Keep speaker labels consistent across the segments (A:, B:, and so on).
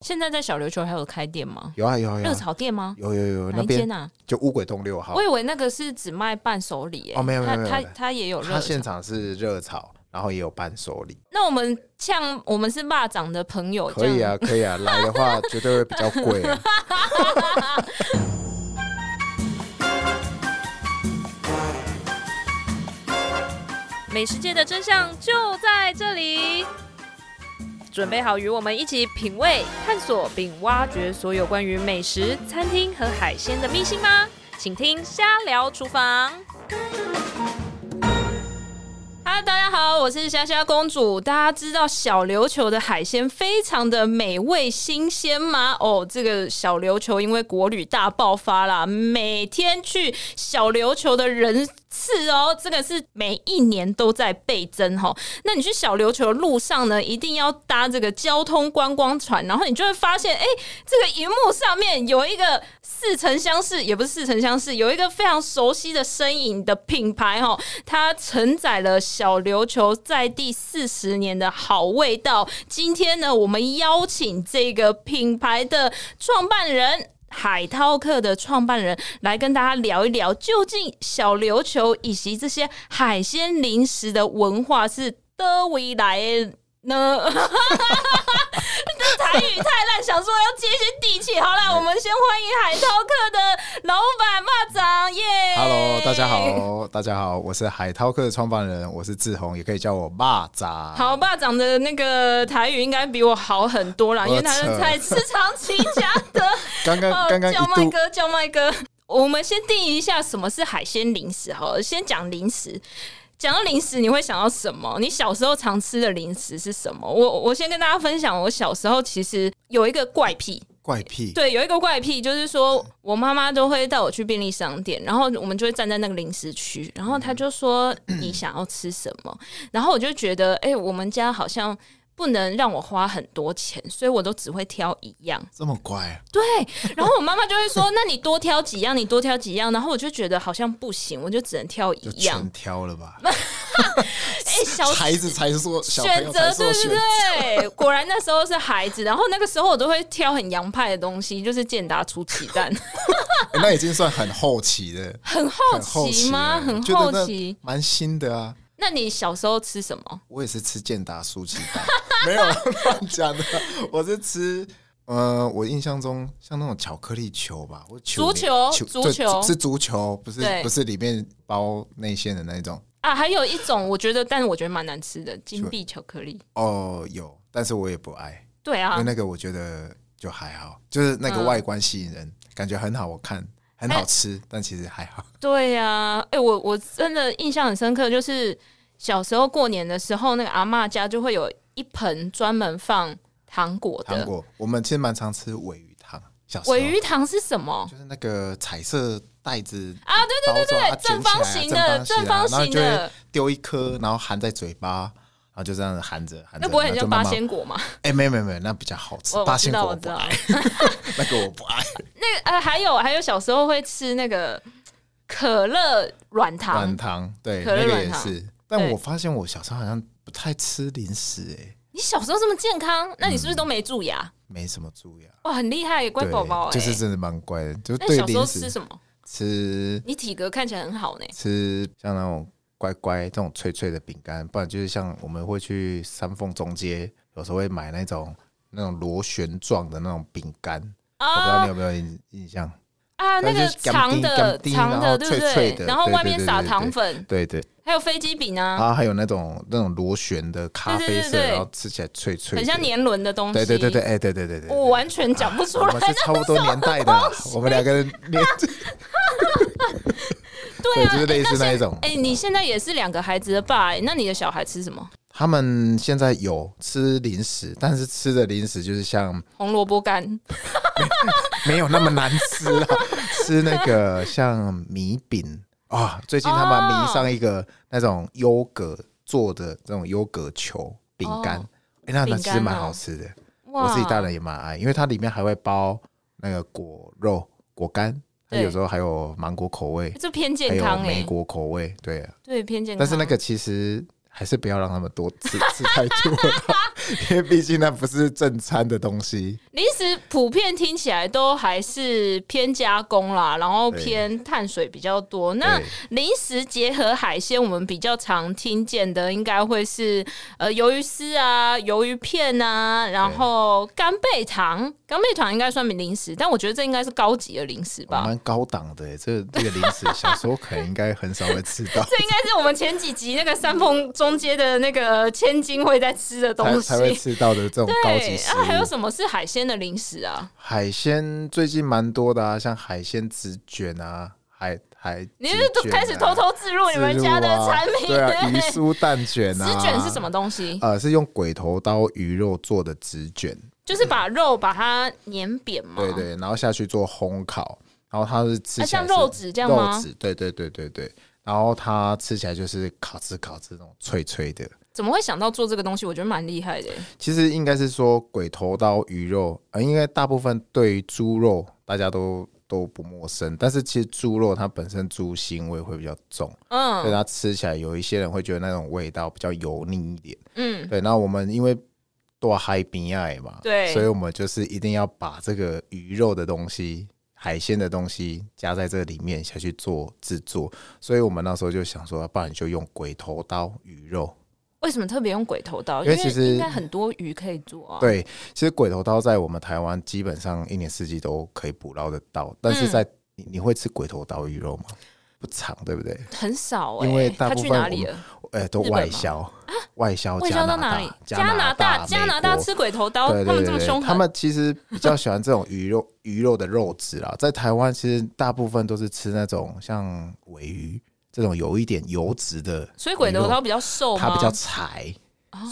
A: 现在在小琉球还有开店吗？
B: 有啊有啊有
A: 热
B: 啊
A: 炒店吗？
B: 有有有，
A: 哪
B: 那
A: 一
B: 边
A: 间啊？
B: 就乌鬼洞六号
A: 我，以为那个是只卖伴手礼耶。
B: 哦没有没有
A: 他
B: 没有
A: 他
B: 没有
A: 他也有热
B: 它
A: 炒
B: 现。场是热炒，然后也有伴手礼，
A: 那我们像我们是霸掌的朋友，
B: 可以啊 可以啊，来的话绝对会比较贵啊。
A: 这样。美食界的真相就在这里，准备好与我们一起品味、探索并挖掘所有关于美食、餐厅和海鲜的秘辛吗？请听瞎聊厨房。嗨，大家好，我是虾虾公主。大家知道小琉球的海鲜非常的美味新鲜吗？哦，这个小琉球因为国旅大爆发啦，每天去小琉球的人次哦，这个是每一年都在倍增哈、哦。那你去小琉球的路上呢，一定要搭这个交通观光船，然后你就会发现，哎、这个荧幕上面有一个似曾相识，也不是似曾相识，有一个非常熟悉的身影的品牌哦，它承载了小琉球在地四十年的好味道。今天呢，我们邀请这个品牌的创办人。海涛客的创办人来跟大家聊一聊，究竟小琉球以及这些海鲜零食的文化是的未来呃的 呢？台语太烂，想说要接一些地气。好啦，我们先欢迎海涛客的老板蚂蚱耶
B: Hello，大家。好，大家好，我是海涛客的创办人，我是志宏，也可以叫我蚂蚱。
A: 好，霸长的那个台语应该比我好很多啦，因为他
B: 我
A: 是
B: 扯
A: 在市场起家的。
B: 刚 刚
A: 哦
B: 刚刚
A: 叫麦
B: 一度
A: 哥，叫麦哥。我们先定义一下什么是海鲜零食，好了，先讲零食。讲到零食，你会想到什么？你小时候常吃的零食是什么？我我先跟大家分享，我小时候其实有一个怪癖，
B: 怪癖，
A: 对，有一个怪癖，就是说我妈妈都会带我去便利商店，然后我们就会站在那个零食区，然后她就说
B: 嗯
A: 你想要吃什么，然后我就觉得，哎、我们家好像不能让我花很多钱，所以我都只会挑一样。
B: 这么怪，啊
A: 对，然后我妈妈就会说，那你多挑几样，你多挑几样，然后我就觉得好像不行，我就只能挑一
B: 就
A: 样
B: 全。挑了吧？
A: 哎、小
B: 孩子才说，小朋
A: 选
B: 友
A: 择
B: 才
A: 对
B: 说
A: 不
B: 选，
A: 对？果然那时候是孩子，然后那个时候我都会挑很洋派的东西，就是健达出奇蛋。
B: 哎那已经算很后期的，
A: 很好
B: 很后
A: 奇
B: 期
A: 吗？
B: 了
A: 很
B: 觉
A: 好
B: 得那
A: 奇。
B: 蛮新的啊。
A: 那你小时候吃什么？
B: 我也是吃健达酥鸡蛋， 没有啦乱讲的，我是吃。呃，我印象中像那种巧克力球吧，或
A: 足球足
B: 球对
A: 球
B: 是足球，不是
A: 对
B: 不是里面包内馅的那种。
A: 啊，还有一种我觉得，但我觉得蛮难吃的金币巧克力。
B: 哦，有，但是我也不爱，
A: 对
B: 因
A: 啊
B: 为，那个我觉得就还好，就是那个
A: 嗯哎
B: 外观吸引人，感觉很好看，很好吃，但其实还好。
A: 对啊。哎、我我真的印象很深刻，就是小时候过年的时候，那个阿嬷家就会有一盆专门放糖果
B: 糖
A: 的。
B: 果，我们其实蛮常吃尾鱼汤，小时候
A: 尾鱼糖是什么？
B: 就是那个彩色袋子
A: 啊，对
B: 包装啊
A: 对，正方形的，
B: 正
A: 正
B: 方
A: 方
B: 形啊然后
A: 形
B: 你就会
A: 的，
B: 丢一颗，然后含在嘴巴。然后就这样子含着含着，
A: 那不会很
B: 然后
A: 像
B: 就
A: 八
B: 慢慢
A: 仙果吗？
B: 哎，没有没有没有，那比较好吃
A: 我。
B: 八
A: 我知
B: 仙
A: 道，
B: 果
A: 我
B: 我
A: 知
B: 不
A: 道
B: 爱。， 那个我不爱。
A: 呃，还有还有，小时候会吃那个可乐软糖
B: 软。糖，对，
A: 可乐
B: 那个
A: 软
B: 也
A: 糖
B: 是。但
A: 对
B: 我发现我小时候好像不太吃零食，哎，
A: 你小时候这么健康，那你是不是都没蛀牙？
B: 没什么蛀牙。
A: 哇，很厉害，乖
B: 对，
A: 宝宝哎！欸
B: 就是真的蛮乖的，就
A: 那
B: 对
A: 小时候
B: 零
A: 吃
B: 食
A: 什么？
B: 吃
A: 你体格看起来很好呢。
B: 吃像那种乖乖这种脆脆的饼干，不然就是像我们会去三凤中街，有时候会买那种那种螺旋状的那种饼干，我不知道
A: 啊
B: 你有没有印印象？
A: 啊，那
B: 那
A: 个
B: 就是
A: 长的
B: 甘丁甘丁
A: 长
B: 然
A: 的，
B: 后
A: 对不
B: 脆脆
A: 对？
B: 的
A: 然后
B: 对
A: 外
B: 对
A: 面
B: 对
A: 撒
B: 对
A: 糖粉，
B: 对对，
A: 还有飞机饼啊，
B: 啊，还有那种那种螺旋的咖
A: 对对对
B: 啡色，
A: 对
B: 然后吃起来脆脆的，
A: 很像年轮的东西。
B: 对对对对，，哎，对对对对，对
A: 我完全讲不出
B: 我
A: 来
B: 们。是差不多年代的啦，我们两个人年，
A: 对啊，
B: 对就是类似
A: 哎
B: 那一种
A: 现哎，你现在也是两个孩子的爸，哎那你的小孩吃什么？
B: 他们现在有吃零食，但是吃的零食就是像
A: 红萝卜干
B: 没有那么难吃 啊，吃那个像米饼啊、最近他们迷上一个那种优格做的这种优格球饼干，哦
A: 哦
B: 哎、那那
A: 饼
B: 其
A: 干
B: 实
A: 哦
B: 蛮好吃的，
A: 哇，
B: 我自己大人也蛮爱，因为它里面还会包那个果肉、果干，它
A: 对
B: 有时候还有芒果口味，
A: 这偏
B: 还
A: 健
B: 有
A: 康哎，
B: 莓果口味，对啊。
A: 对偏健康。
B: 但是那个其实还是不要让他们多吃吃太多了， 因为毕竟那不是正餐的东西。
A: 零食普遍听起来都还是偏加工啦，然后偏碳水比较多。那零食结合海鲜，我们比较常听见的应该会是呃鱿鱼丝啊、鱿鱼片啊，然后干贝糖。干贝糖应该算零食，但我觉得这应该是高级的零食吧。
B: 哦蛮高档的耶， 这这个零食小时候可能应该很少会吃到，
A: 这应该是我们前几集那个三凤中街的那个千金会在吃的
B: 才
A: 东西
B: 才。会吃到的这种高级
A: 对，
B: 食
A: 啊，还有
B: 物。
A: 什么是海鲜的零食啊？
B: 海鲜最近蛮多的啊，像海鲜纸卷啊，海海、
A: 你是都开始偷偷置入你们家的产品？
B: 对啊， 鱼酥蛋卷啊，
A: 纸卷是什么？东西？
B: 呃，是用鬼头刀鱼肉做的纸卷，
A: 就是把肉把它碾扁嘛。
B: 对。对，然后下去做烘烤，然后它是吃
A: 啊
B: 起
A: 像
B: 来是
A: 肉质这样吗
B: 肉质，对对对对对，然后它吃起来就是烤吃烤吃那种脆脆的。
A: 怎么会想到做这个东西？我觉得蛮厉害的。
B: 其实应该是说鬼头刀鱼肉，呃，应该大部分对于猪肉大家都都不陌生，但是其实猪肉它本身猪腥味会比较重，所以
A: 嗯
B: 它吃起来有一些人会觉得那种味道比较油腻一点。
A: 嗯，
B: 对，那我们因为多海边爱嘛，
A: 对
B: 所以我们就是一定要把这个鱼肉的东西、海鲜的东西加在这里面下去做制作，所以我们那时候就想说，不然就用鬼头刀鱼肉。
A: 为什么特别用鬼头刀？
B: 因为其实
A: 应该很多鱼可以做啊。
B: 对，其实鬼头刀在我们台湾基本上一年四季都可以捕捞得到，但
A: 嗯
B: 是在、你你会吃鬼头刀鱼肉吗？不常，对不对？
A: 很少哎、
B: 因为大
A: 他
B: 部
A: 去
B: 分
A: 哪里了？
B: 哎、都
A: 日本吗啊
B: 外销，外销
A: 外
B: 加
A: 销
B: 拿
A: 到
B: 大
A: 哪里？
B: 加
A: 拿
B: 大，
A: 加拿
B: 美
A: 大
B: 国
A: 吃鬼头刀，
B: 对对对
A: 他们这么凶
B: 对
A: 狠。
B: 他们其实比较喜欢这种鱼肉鱼肉的肉质啦。在台湾，其实大部分都是吃那种像尾鱼这种有一点油脂的，
A: 所以鬼头刀比较瘦吗？哦
B: 它比较柴，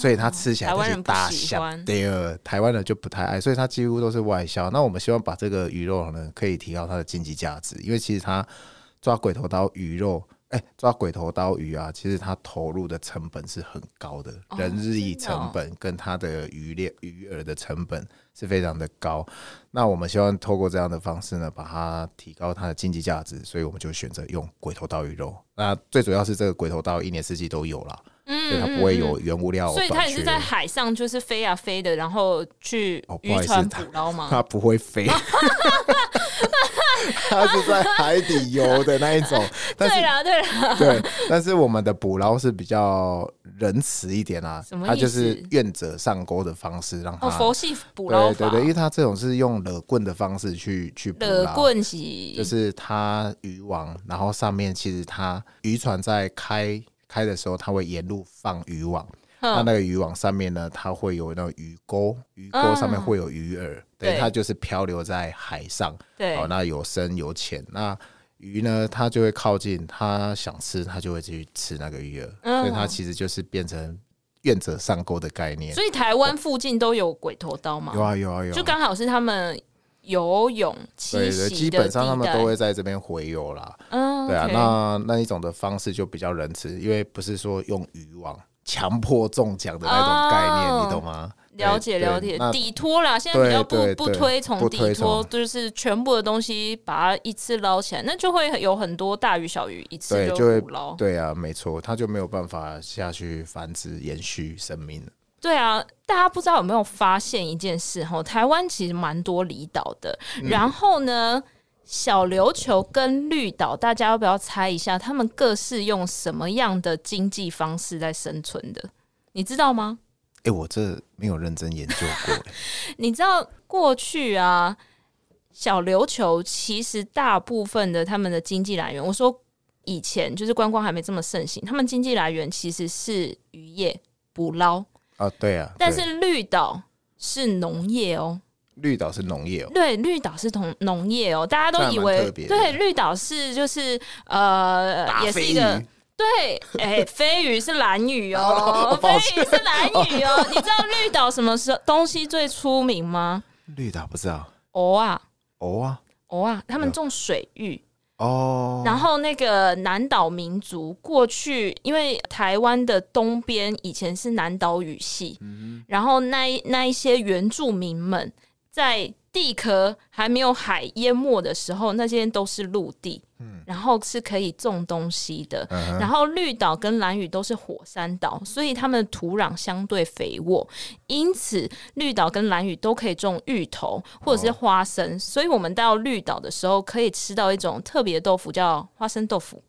B: 所以它吃起来
A: 台湾
B: 它是
A: 人不
B: 大
A: 喜
B: 小
A: 欢
B: 对呃，台湾人就不太爱，所以它几乎都是外销。那我们希望把这个鱼肉呢，可以提高它的经济价值，因为其实它抓鬼头刀鱼肉。哎、抓鬼头刀鱼啊，其实它投入的成本是很高的，
A: 哦
B: 人力
A: 真的哦
B: 成本跟它的鱼猎鱼饵的成本是非常的高。那我们希望透过这样的方式呢，把它提高它的经济价值，所以我们就选择用鬼头刀鱼肉。那最主要是这个鬼头刀一年四季都有啦，
A: 嗯
B: 所以它不会有原物料
A: 所以它
B: 短
A: 也
B: 缺
A: 是，在海上，就是飞啊飞的，然后去
B: 哦不
A: 渔
B: 好意思
A: 船捕捞吗？
B: 它不会飞。它是在海底游的那一 种，但
A: 对
B: 是啊
A: 啦，对啊啦，
B: 对，但是我们的捕捞是比较仁慈一点啦、
A: 什么意思
B: 它就是愿者上钩的方式，让它、
A: 哦，佛系捕捞
B: 对
A: 法，
B: 对对，因为它这种是用勒棍的方式去去捕
A: 的
B: 捞，
A: 棍是
B: 就是它渔网，然后上面其实它渔船在开开的时候，它会沿路放渔网。
A: 嗯
B: 那那个渔网上面呢，它会有那种鱼钩，鱼钩
A: 嗯
B: 上面会有鱼饵，
A: 对
B: 对，它就是漂流在海上。
A: 对
B: 哦，那有深有浅，那鱼呢，它就会靠近，它想吃，它就会去吃那个鱼饵，
A: 嗯
B: 所以它其实就是变成愿者上钩的概念。
A: 所以台湾附近都有鬼头刀嘛，
B: 有啊有啊有啊
A: 就刚好是他们游泳栖
B: 对对，
A: 息
B: 基
A: 的
B: 本
A: 地
B: 上
A: 带。
B: 他们都会在这边洄游啦。
A: 嗯，
B: 对啊
A: OK
B: 那那一种的方式就比较仁慈，因为不是说用渔网强迫中奖的那种概念，
A: 哦
B: 你懂吗？
A: 了解
B: 对
A: 了解，
B: 那
A: 底拖啦，现在比较不
B: 对对
A: 不
B: 对
A: 推崇
B: 不
A: 底
B: 推
A: 拖，
B: 崇
A: 就是全部的东西把它一次捞起来，那就会有很多大鱼小鱼一次
B: 对就会
A: 捕捞。
B: 对啊，没错，它就没有办法下去繁殖、延续生命了。
A: 对啊，大家不知道有没有发现一件事哈？台湾其实蛮多离岛的，然后呢，小琉球跟绿岛，大家要不要猜一下，他们各是用什么样的经济方式在生存的？你知道吗？
B: 哎、我这没有认真研究 过、欸
A: 你知道过去啊，小琉球其实大部分的他们的经济来源，我说以前就是观光还没这么盛行，他们经济来源其实是渔业捕捞，
B: 啊，对啊，
A: 但
B: 对
A: 是绿岛是农业哦。
B: 绿岛是农业哦、
A: 对，绿岛是同农业哦，大家
B: 这
A: 都
B: 还
A: 以
B: 蛮
A: 为
B: 特别的
A: 对绿岛是就是呃，
B: 大
A: 也是
B: 飞
A: 一个
B: 鱼
A: 对，哎、 飞鱼是蓝鱼
B: 哦
A: 哦， 飞
B: 抱
A: 鱼是蓝鱼哦。你知道绿岛什么时候东西最出名吗？
B: 绿岛不知道，
A: 藕啊，
B: 哦啊，
A: 藕啊，他们种水域。
B: 哦，
A: 然后那个南岛民族过去，因为台湾的东边以前是南岛语系，然后那一那一些原住民们在。地壳还没有海淹没的时候，那些都是陆地，然后是可以种东西的。然后绿岛跟蓝屿都是火山岛，所以它们的土壤相对肥沃，因此绿岛跟蓝屿都可以种芋头或
B: 哦
A: 者是花生。所以我们到绿岛的时候，可以吃到一种特别的豆腐，叫花生豆腐。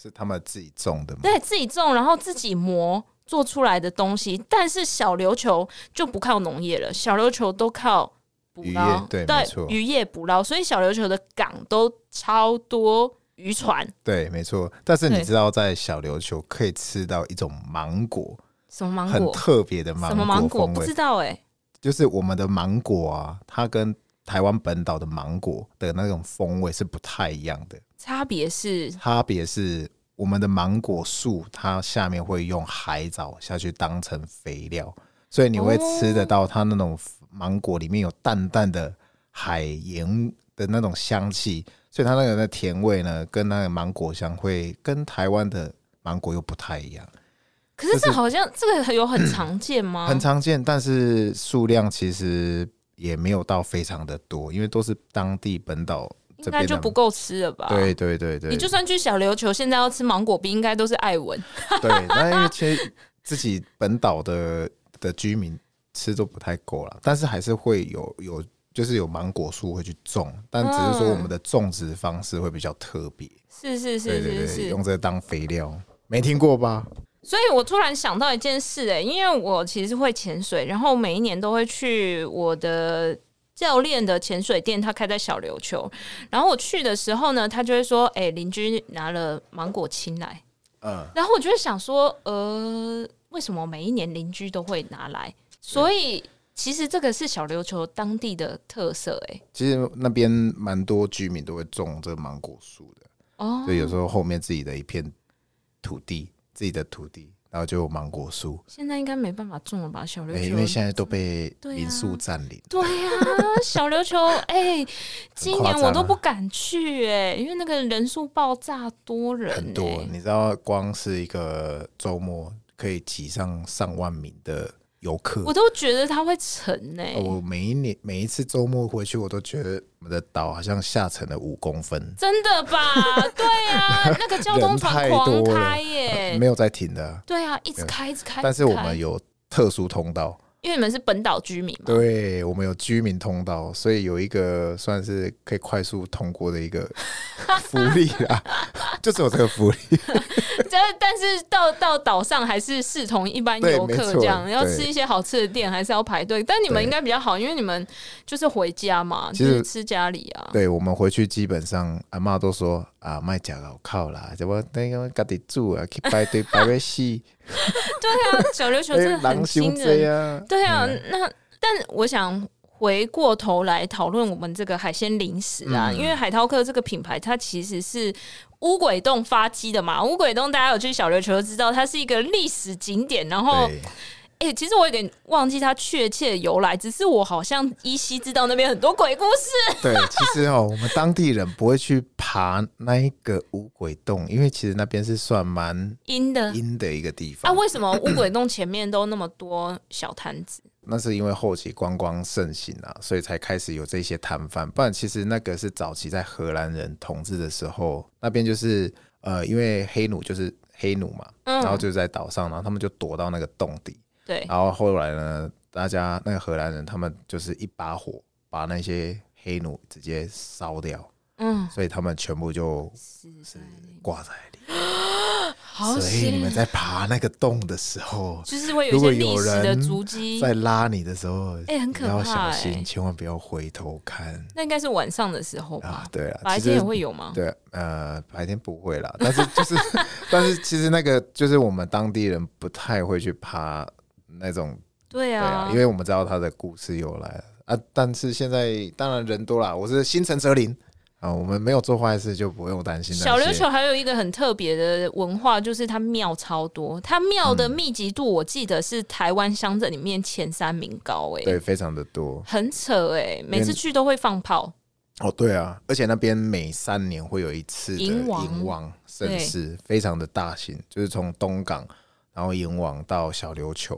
B: 是他们自己种的吗？
A: 对自己种，然后自己磨做出来的东西。但是小琉球就不靠农业了，小琉球都靠捕
B: 渔业
A: 捞，
B: 对没错
A: 渔业捕捞，所以小琉球的港都超多渔船。
B: 对，没错。但是你
A: 对
B: 知道，在小琉球可以吃到一种芒果，
A: 什么芒
B: 很
A: 果？
B: 特别的
A: 什么芒
B: 芒
A: 果？
B: 果风
A: 不
B: 味
A: 知，道哎、
B: 就是我们的芒果啊，它跟台湾本岛的芒果的那种风味是不太一样的。
A: 差别是
B: 差别是，我们的芒果树它下面会用海藻下去当成肥料，所以你会吃得到它那种芒果里面有淡淡的海盐的那种香气，所以它那个的甜味呢，跟那个芒果香会跟台湾的芒果又不太一样，
A: 可是
B: 就
A: 这
B: 是
A: 好像这个有很常见吗？
B: 很常见，但是数量其实也没有到非常的多，因为都是当地本岛
A: 应
B: 这
A: 该
B: 边
A: 就
B: 的
A: 不。够吃了吧？
B: 对对对对，
A: 你就算去小琉球，现在要吃芒果冰，应该都是艾文。
B: 对，那因为其实自己本岛的的居民吃都不太够了，但是还是会有有就是有芒果树会去种，但只是说我们的种植方式会比较特别，
A: 是是嗯是
B: 对对
A: 是
B: 对，
A: 是，
B: 用这个当肥料，没听过吧？
A: 所以我突然想到一件事、哎，因为我其实会潜水，然后每一年都会去我的教练的潜水店，他开在小琉球。然后我去的时候呢，他就会说：“哎、邻居拿了芒果青来。
B: 嗯”，
A: 然后我就会想说：“呃，为什么每一年邻居都会拿来？”所以其实这个是小琉球当地的特色、哎，
B: 其实那边蛮多居民都会种这个芒果树的，
A: 哦
B: 所以有时候后面自己的一片土地，自己的土地，然后就有芒果树，
A: 现在应该没办法种了吧？小琉
B: 哎、
A: 球、
B: 因为现在都被
A: 对啊
B: 民宿占领。
A: 对呀、小琉球，哎、今
B: 夸
A: 年我
B: 张
A: 都
B: 啊
A: 不敢去、哎，因为那个人数爆炸多人、
B: 很多，
A: 哎
B: 你知道，光是一个周末可以挤上上万名的游客。
A: 我
B: 我
A: 都觉得它会沉呢、哎
B: 哦我每一年每一次周末回去，我都觉得我们的岛好像下沉了五公分，
A: 真的吧？对呀、那个交通船
B: 人太
A: 狂
B: 多了
A: 开耶、
B: 没有在停的啊、
A: 对啊，一直开，一直开。
B: 但是
A: 一直
B: 我
A: 开
B: 们有特殊通道，
A: 因为你们是本岛居民嘛，
B: 对我们有居民通道，所以有一个算是可以快速通过的一个 福利啦， 就只有这个福利。
A: 但但是到到岛上还是视同一般
B: 对
A: 游
B: 没
A: 客
B: 错
A: 这样，要
B: 对
A: 吃一些好吃的店还是要排队。但你们
B: 对
A: 应该比较好，因为你们就是回家嘛，
B: 其
A: 就
B: 实
A: 是吃家里啊。
B: 对我们回去基本上阿嬷都说啊，卖假老靠啦，怎么那个家己住啊，去排队排 位戏。
A: 对啊，小琉球
B: 哎
A: 真的很惊人。
B: 啊！
A: 对啊，那但我想回过头来讨论我们这个海鲜零食啊，
B: 嗯
A: 因为海涛克这个品牌，它其实是。乌鬼洞发迹的嘛，乌鬼洞大家有去小琉球就知道，它是一个历史景点。然后，
B: 对，
A: 哎、其实我有点忘记它确切的由来，只是我好像依稀知道那边很多鬼故 事。
B: 对，其实哦，我们当地人不会去爬那一个五鬼洞，因为其实那边是算蛮
A: 阴的
B: 阴的一个地
A: 啊，
B: 方。
A: 为什么乌鬼洞前面都那么多小摊子？
B: 那是因为后期观光盛行啊，所以才开始有这些摊贩。不然其实那个是早期在荷兰人统治的时候，那边就是呃，因为黑奴就是黑奴嘛，
A: 嗯
B: 然后就在岛上，然后他们就躲到那个洞底，
A: 对，
B: 然后后来呢，大家那个荷兰人他们就是一把火把那些黑奴直接烧掉，
A: 嗯，
B: 所以他们全部就
A: 死在里
B: 挂在里。
A: 好
B: 所以你
A: 险
B: 们在爬那个洞的时候，
A: 就是会有一
B: 如
A: 些
B: 果
A: 历
B: 有
A: 史的
B: 人
A: 足迹。
B: 在拉你的时候，
A: 哎很可怕
B: 你要小
A: 哎
B: 心，千万不要回头看
A: 那应该是晚上的时候吧
B: 啊！？对啊，
A: 白
B: 其
A: 天也
B: 实
A: 会有吗？
B: 对，呃，白天不会啦， 但是就是，但是其实那个就是我们当地人不太会去爬那种
A: 对
B: 对啊
A: 啊，，
B: 因为我们知道他的故事由来啊，但是现在当然人多啦，我是心诚则灵啊，我们没有做坏事就不用担心那些。
A: 小琉球还有一个很特别的文化，就是它庙超多，它庙的密集度我记得是台湾乡镇里面前三名高哎、
B: 对非常的多
A: 很扯哎、每次去都会放炮，
B: 哦，对啊，而且那边每三年会有一次的
A: 迎
B: 迎
A: 王
B: 王盛
A: 对
B: 世，非常的大型，就是从东港，然后迎王到小琉球，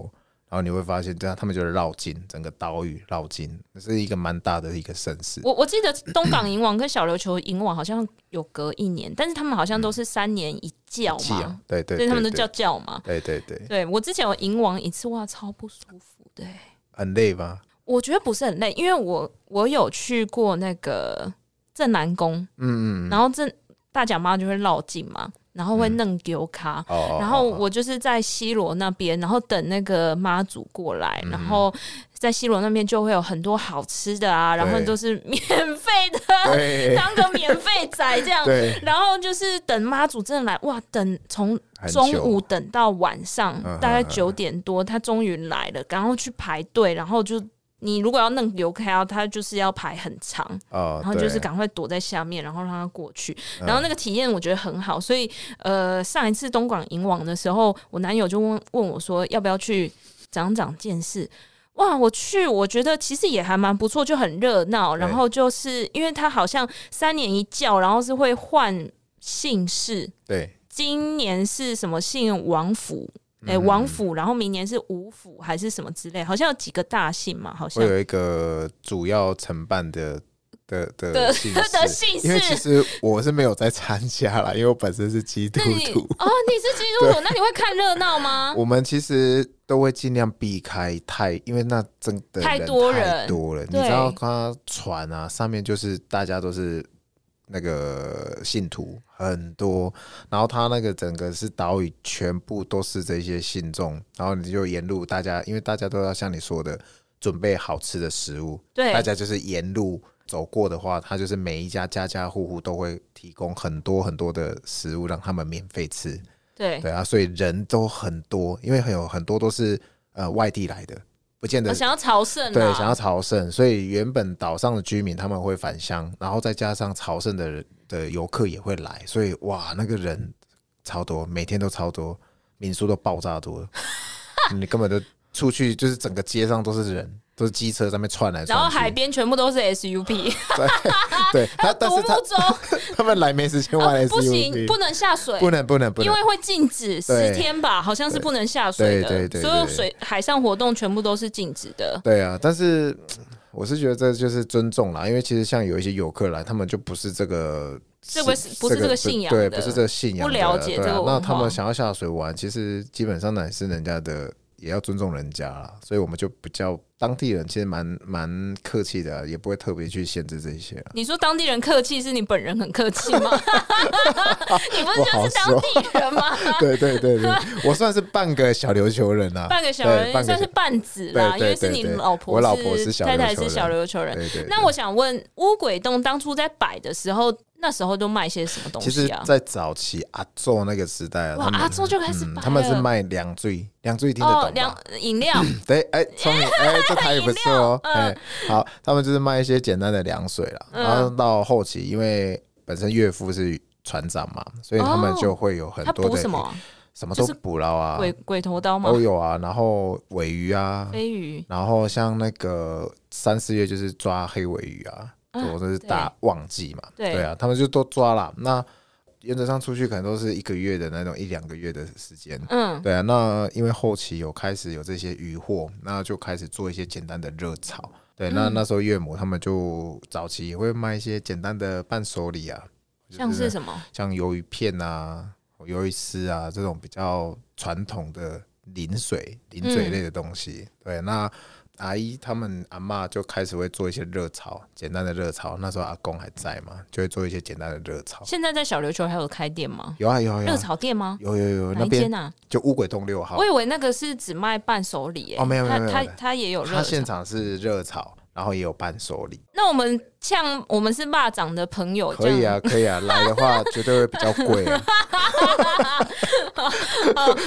B: 然后你会发现，这样他们就是绕境，整个岛屿绕境，这是一个蛮大的一个盛事。
A: 我我记得东港银网跟小琉球银网好像有隔一年，但是他们好像都是三年一叫
B: 季啊
A: 嘛，，
B: 对
A: 所
B: 对对，
A: 以他们都
B: 对
A: 叫叫嘛。
B: 对对对，
A: 对我之前有银网一次，哇，超不舒服的欸、
B: 很累吧？
A: 我觉得不是很累，因为我我有去过那个正南宫，
B: 嗯嗯，嗯
A: 然后正大甲妈就会绕境嘛，然后会弄丢卡。
B: 哦，哦
A: 然后
B: 哦哦
A: 我就是在西罗那边，然后等那个妈祖过来，
B: 嗯
A: 然后在西罗那边就会有很多好吃的啊，然后
B: 对
A: 都是免费的，
B: 哦对
A: 当个免费仔这样。
B: 对，
A: 然后就是等妈祖真的来，哇，等从
B: 很
A: 中
B: 久
A: 午等到晚上
B: 嗯，
A: 大概
B: 嗯嗯
A: 九点多，他终于来了，然后去排队，然后就你如果要弄流开啊，他就是要排很长，
B: 哦，
A: 然后就是
B: 对嗯
A: 赶快躲在下面，然后让他过去。然后那个体验我觉得很好，所以呃，上一次东莞银网的时候，我男友就问问我说要不要去长长见识。哇，我去，我觉得其实也还蛮不错，就很热闹。
B: 对
A: 然后就是因为他好像三年一叫，然后是会换姓氏，
B: 对
A: 今年是什么姓王府，哎、
B: 嗯
A: 王府，然后明年是吴府还是什么之类，好像有几个大姓嘛，好像
B: 会有一个主要承办的的的
A: 的
B: 姓
A: 的
B: 氏
A: 姓
B: 因为
A: 氏
B: 其实我是没有在参加啦，因为我本身是基督
A: 那你
B: 徒，
A: 哦，你是基督徒，那你会看热闹吗？
B: 我们其实都会尽量避开太，因为那真的
A: 太多人
B: 太多了。你
A: 对
B: 知道，他船啊，上面就是大家都是那个信徒很多，然后他那个整个是岛屿全部都是这些信众，然后你就沿路大家，因为大家都要像你说的，准备好吃的食物，
A: 对
B: 大家就是沿路。走过的话，他就是每一家家家户户都会提供很多很多的食物让他们免费吃，
A: 对，
B: 对啊，所以人都很多，因为很有很多都是呃外地来的，不见
A: 我
B: 得
A: 想要朝圣
B: 对
A: 啊，
B: 想要朝圣，所以原本岛上的居民他们会返乡，然后再加上朝圣的人的游客也会来，所以哇，那个人超多，每天都超多，民宿都爆炸多了 你根本就出去就是整个街上都是人，都是机车在那边窜来窜去，
A: 然后海边全部都是 SUP，
B: 对，他 但
A: 独
B: 是
A: 木
B: 他
A: 舟啊
B: 他们来没时间玩 SUV，、
A: 不行，不能下水。
B: 不能不能不
A: 因
B: 能，
A: 为会禁止十
B: 对
A: 天吧，好像是不能下水的，
B: 对对对对
A: 所有水海上活动全部都是禁止的。
B: 对啊，但是我是觉得这就是尊重啦，因为其实像有一些游客来，他们就不是这个，
A: 这个是不是这个信仰的
B: 对，不是这个信仰的，
A: 不了解
B: 对
A: 这个
B: 啊
A: 文化
B: 那他们想要下水玩，其实基本上那也是人家的，也要尊重人家啦。所以我们就比较当地人，其实蛮蛮客气的啊、也不会特别去限制这些 啊。
A: 你说当地人客气，是你本人很客气 吗？ 你不是
B: 不
A: 就
B: 好
A: 是当地人吗？
B: 对对对对，我算是半个小琉球人啊，
A: 半个小人
B: 对半个
A: 算是半子啦，
B: 对对
A: 因为是
B: 对
A: 你
B: 对
A: 老
B: 我
A: 婆
B: 老婆是小
A: 太
B: 琉
A: 太
B: 球
A: 是
B: 人
A: 小琉球人。
B: 对对。
A: 那
B: 对
A: 我想问，乌鬼洞当初在摆的时候，那时候都卖些什么东
B: 其实
A: 西啊，？
B: 在早期阿昼那个时代啊，
A: 哇
B: 他，们
A: 阿周就开始摆
B: 嗯
A: 了，
B: 他们是卖凉醉，凉醉听得懂
A: 哦
B: 吧，
A: 两饮料，
B: 对，哎、聪明，哎、这台语不错哦。
A: 饮料
B: 哎、好，他们就是卖一些简单的凉水啦。
A: 嗯
B: 然后到后期，因为本身岳父是船长嘛，所以他们就会有很
A: 哦他
B: 多
A: 补
B: 的
A: 什么？
B: 什么都
A: 就是
B: 捕捞啊，
A: 鬼鬼头刀吗
B: 都？有啊。然后尾鱼啊，
A: 飞鱼
B: 然后像那个三四月就是抓黑尾鱼啊，
A: 啊
B: 我这是
A: 对
B: 大旺季嘛，
A: 对
B: 啊，他们就都抓啦。那原则上出去可能都是一个月的那种一两个月的时间，
A: 嗯，
B: 对啊，那因为后期有开始有这些渔获，那就开始做一些简单的热炒。对，
A: 嗯
B: 那那时候岳母他们就早期也会卖一些简单的伴手礼啊，
A: 像是什么？
B: 像鱿鱼片啊、鱿鱼丝啊这种比较传统的零水、零
A: 嗯
B: 水类的东西。对，那阿姨他们阿嬷就开始会做一些热炒，简单的热炒。那时候阿公还在嘛，就会做一些简单的热炒。
A: 现在在小琉球还有开店吗？
B: 有啊有啊有
A: 热
B: 啊，
A: 炒店吗？
B: 有有有，
A: 哪
B: 那
A: 一
B: 边
A: 间啊？
B: 就乌鬼洞六号
A: 我。以为那个是只卖伴手礼诶，
B: 哦没有没有
A: 他
B: 没有
A: 他
B: 没有
A: 他也有热
B: 他现
A: 炒。
B: 场是热炒，然后也有伴手礼，
A: 那我们像我们是蚂蚱的朋友，
B: 可以啊，可以啊，来的话绝对会比较贵、 啊。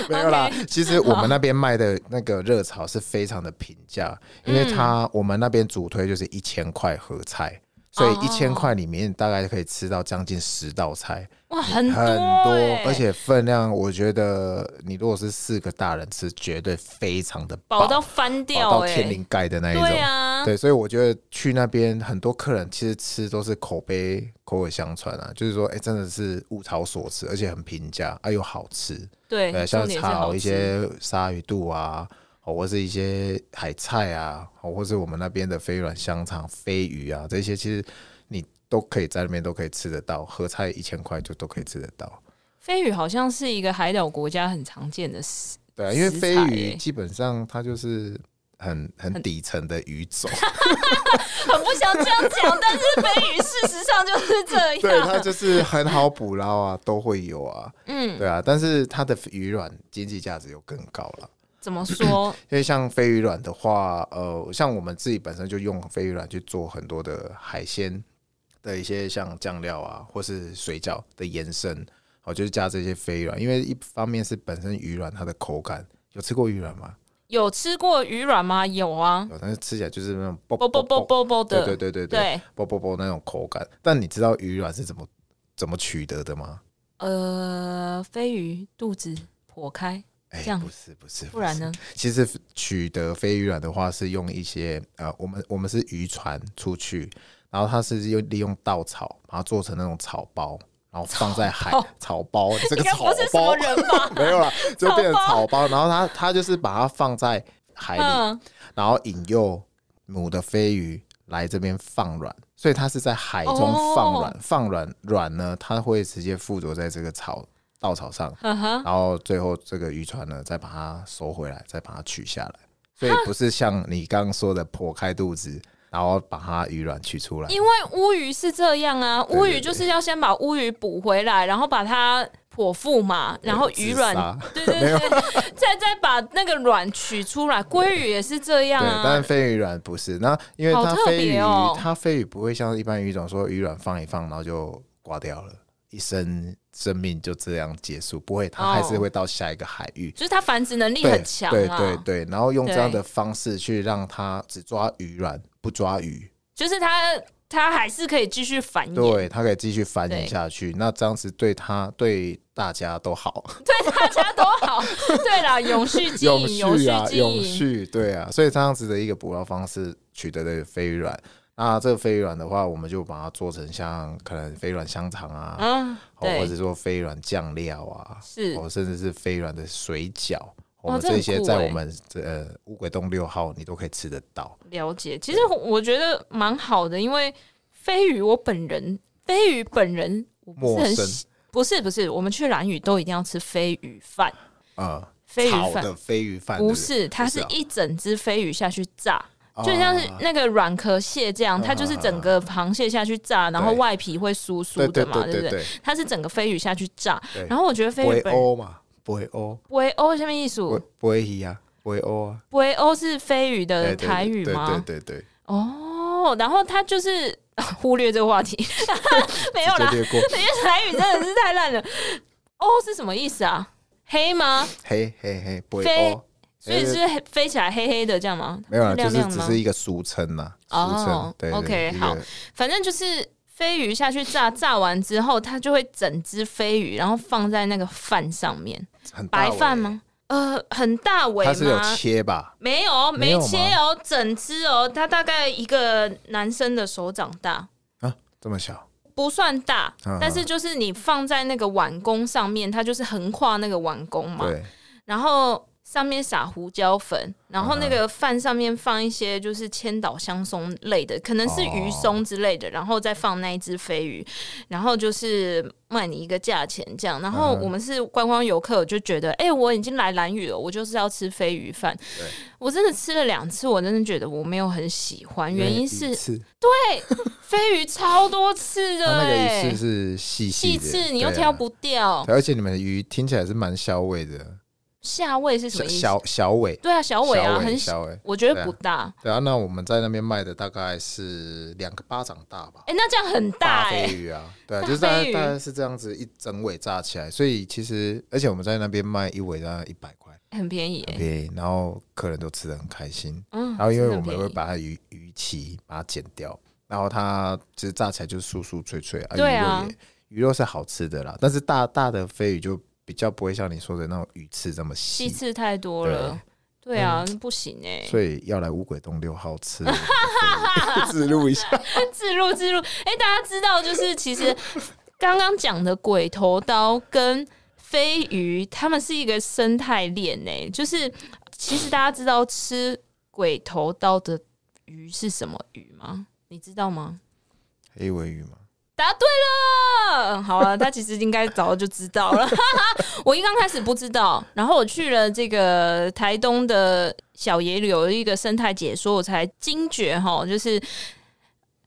B: 没有啦，其实我们那边卖的那个热炒是非常的平价，因
A: 嗯
B: 为它我们那边主推就是一千块合菜，所以
A: 哦
B: 一千块里面大概可以吃到将近十道菜，
A: 这样，哇，很
B: 很
A: 多欸，
B: 而且分量我觉得你如果是四个大人吃，绝对非常的
A: 饱到翻
B: 饱
A: 掉
B: 到
A: 哎，
B: 天灵盖的那一种。
A: 对啊，
B: 对，所以我觉得去那边很多客人其实吃都是口碑口耳相传啊，就是说，哎、真的是物超所值，而且很平价，啊又好吃，
A: 对
B: 对，像
A: 重点是
B: 炒
A: 好
B: 一
A: 吃
B: 些鲨鱼肚啊，哦，或是一些海菜啊，哦，或是我们那边的飞软香肠、飞鱼啊，这些其实你都可以在那边都可以吃得到，合菜一千块就都可以吃得到。
A: 飞鱼好像是一个海岛国家很常见的食，
B: 对啊，因为
A: 食
B: 飞
A: 材
B: 鱼
A: 欸
B: 基本上它就是很很底层的鱼 种，
A: 很不想这样讲，但是飞鱼事实上就是这样。
B: 对，它就是很好捕捞啊，都会有啊，
A: 嗯，
B: 对啊，但是它的鱼卵经济价值又更高了。
A: 怎么说？
B: 因为像飞鱼卵的话，呃，像我们自己本身就用飞鱼卵去做很多的海鲜的一些像酱料啊，或是水饺的延伸，哦，就是加这些飞鱼卵。因为一方面是本身鱼卵它的口感，有吃过鱼卵吗？
A: 有吃过鱼卵吗？有啊，
B: 有，但是吃起来就是那种啵
A: 啵啵啵，啵啵
B: 对
A: 的，
B: 对对对对，
A: 对，
B: 啵啵啵那种口感。但你知道鱼卵是怎么怎么取得的吗？
A: 呃，飞鱼肚子剖开，
B: 哎、
A: 这样
B: 不是不是，
A: 不然呢？
B: 其实取得飞鱼卵的话，是用一些呃，我们我们是渔船出去，然后它是用利用稻草把它做成那种草包，然后放在海
A: 草包
B: 草包，这个
A: 应该
B: 草
A: 不是什
B: 包
A: 么人吧？
B: 没有啦，就变成
A: 草
B: 草包，然后它它就是把它放在海里，
A: 嗯，
B: 然后引诱母的飞鱼来这边放卵，所以它是在海中放卵，
A: 哦
B: 放卵卵呢，它会直接附着在这个草稻草上，
A: 呵呵，
B: 然后最后这个渔船呢，再把它收回来，再把它取下来。所以不是像你刚刚说的剖开肚子，然后把它鱼卵取出来。
A: 因为乌鱼是这样啊，
B: 对
A: 乌鱼就是要先把乌鱼捕回来，然后把它剖腹嘛，然后鱼卵
B: 自
A: 对
B: 杀，
A: 对 对，再再把那个卵取出来。鲑鱼也是这样
B: 对，但
A: 啊
B: 是，飞鱼卵不是。那因为
A: 好
B: 它
A: 特
B: 飞
A: 别
B: 鱼，
A: 哦
B: 它飞鱼不会像一般鱼种说鱼卵放一放，然后就挂掉了，一生生命就这样结束，不会，它还是
A: 哦
B: 会到下一个海域。
A: 就是它繁殖能力
B: 对
A: 很强
B: 对
A: 啊，
B: 对对，然后用这样
A: 对
B: 的方式去让它只抓鱼卵，不抓鱼。
A: 就是它它还是可以继续繁衍，
B: 对，它可以继续繁
A: 对
B: 衍下去。那这样子对它对大家都 好，
A: 对大家都好。 对啦，永续经营，
B: 永续啊，
A: 经
B: 永
A: 营，
B: 续，对啊。所以这样子的一个捕捞方式取得的飞鱼卵，那这个飞鱼卵的话，我们就把它做成像可能飞卵香肠啊，
A: 嗯，
B: 哦或者
A: 对，
B: 说飞卵酱料啊，
A: 是
B: 哦，甚至是飞卵的水饺。我
A: 哇
B: 们
A: 这很
B: 这些
A: 酷
B: 在
A: 欸
B: 我们呃乌鬼洞六号，你都可以吃得到。
A: 了解。其实我觉得蛮好的，因为飞鱼我本人，飞鱼本人我不是很
B: 陌生
A: 喜，不是不是，我们去兰屿都一定要吃飞鱼饭，
B: 呃，
A: 飞鱼
B: 炒
A: 饭
B: 的飞鱼饭
A: 不
B: 对对
A: 是，它是
B: 啊
A: 一整只飞鱼下去炸。
B: 哦啊
A: 就像是那个软壳蟹这样，它就是整个螃蟹下去炸，然后
B: 对
A: 外皮会酥酥
B: 对
A: 的
B: 对
A: 嘛，
B: 对
A: 不
B: 对
A: 对？
B: 对，
A: 它是整个飞鱼下去炸
B: 对，
A: 然后我觉得飞
B: 博
A: 鱼本
B: 欧嘛，博欧。
A: 龟欧下面一
B: 不
A: 数，
B: 不会鱼啊，不会欧啊，
A: 龟欧是飞鱼
B: 对
A: 的
B: 哎对
A: 呃台语
B: 对
A: 吗？
B: 对对对
A: 哦，然后他就是 忽略这个 话题，没有
B: 对，
A: 啦
B: 直，接略过。
A: 因为台语真的是太烂了。哦是什么意思啊？黑吗？
B: 嘿嘿嘿，不会
A: 飞
B: 欧，
A: 所以是黑飞起来黑黑的这样吗？
B: 呃没有啊啦，就
A: 亮
B: 是
A: 亮的
B: 只
A: 吗？
B: 是一个俗称呐，俗
A: 哦
B: 称。对对
A: OK，
B: 一个
A: 好反正就是飞鱼下去炸，炸完之后，它就会整只飞鱼，然后放在那个饭上面，
B: 很大
A: 白
B: 尾
A: 饭？吗？呃，很大尾
B: 它是有
A: 吗？
B: 切吧？
A: 没有，
B: 没
A: 没
B: 有
A: 切哦，整只哦，它大概一个男生的手掌大，
B: 啊，这么小？
A: 不算大
B: 嗯，
A: 但是就是你放在那个碗弓上面，它就是横跨那个碗弓嘛，
B: 对，
A: 然后上面撒胡椒粉，然
B: 嗯
A: 后那个饭上面放一些就是千岛香松类的，可能是鱼松之类的，
B: 哦
A: 然后再放那一只飞鱼，然后就是卖你一个价钱这样。然
B: 嗯
A: 后我们是观光游客，我就觉得，哎、我已经来蓝屿了，我就是要吃飞鱼饭。我真的吃了两次，我真的觉得我没有很喜欢，原因
B: 鱼
A: 是
B: 刺，
A: 飞鱼超多刺
B: 它
A: 的、
B: 那
A: 哎，
B: 个鱼刺是细
A: 细
B: 细的
A: 刺你又
B: 对啊
A: 挑不掉，
B: 对而且你们的鱼听起来是蛮小尾的，
A: 下胃是什
B: 小
A: 么意思？
B: 小小尾，
A: 对啊，小尾啊，很小，
B: 小尾。
A: 我觉
B: 对
A: 得
B: 啊
A: 不大。
B: 对啊，那我们在那边卖的大概是两个巴掌大吧。
A: 哎、那这样很大哎、
B: 飞鱼 啊，对啊，
A: 大
B: 就是大
A: 飞
B: 概
A: 鱼
B: 大概是这样子一整尾炸起来，所以其实而且我们在那边卖一尾大概一百块，
A: 很便宜、
B: 很
A: 欸，
B: 便宜，然后客人都吃的很开心。
A: 嗯，
B: 然后因为
A: 真的
B: 我们
A: 便
B: 会
A: 宜
B: 把它鱼鱼鳍把它剪掉，然后它其实炸起来就是酥酥脆脆啊，
A: 对啊
B: 鱼肉也鱼肉是好吃的啦，但是大大的飞鱼就比较不会像你说的那种鱼刺这么
A: 鸡
B: 细，
A: 翅太多了，对啊，不行哎、
B: 嗯所以要来五鬼洞六号 吃我们的飞鱼，自录一下。
A: 自入自入，哎、大家知道就是其实刚刚讲的鬼头刀跟飞鱼，它们是一个生态链哎，就是。其实大家知道吃鬼头刀的鱼是什么鱼吗？你知道吗？
B: 黑尾鱼嘛，
A: 答对了，嗯好了，他其实应该早就知道了。 我一刚开始不知道，然后我去了这个台东的小野柳有一个生态解说，我才惊觉哈，就是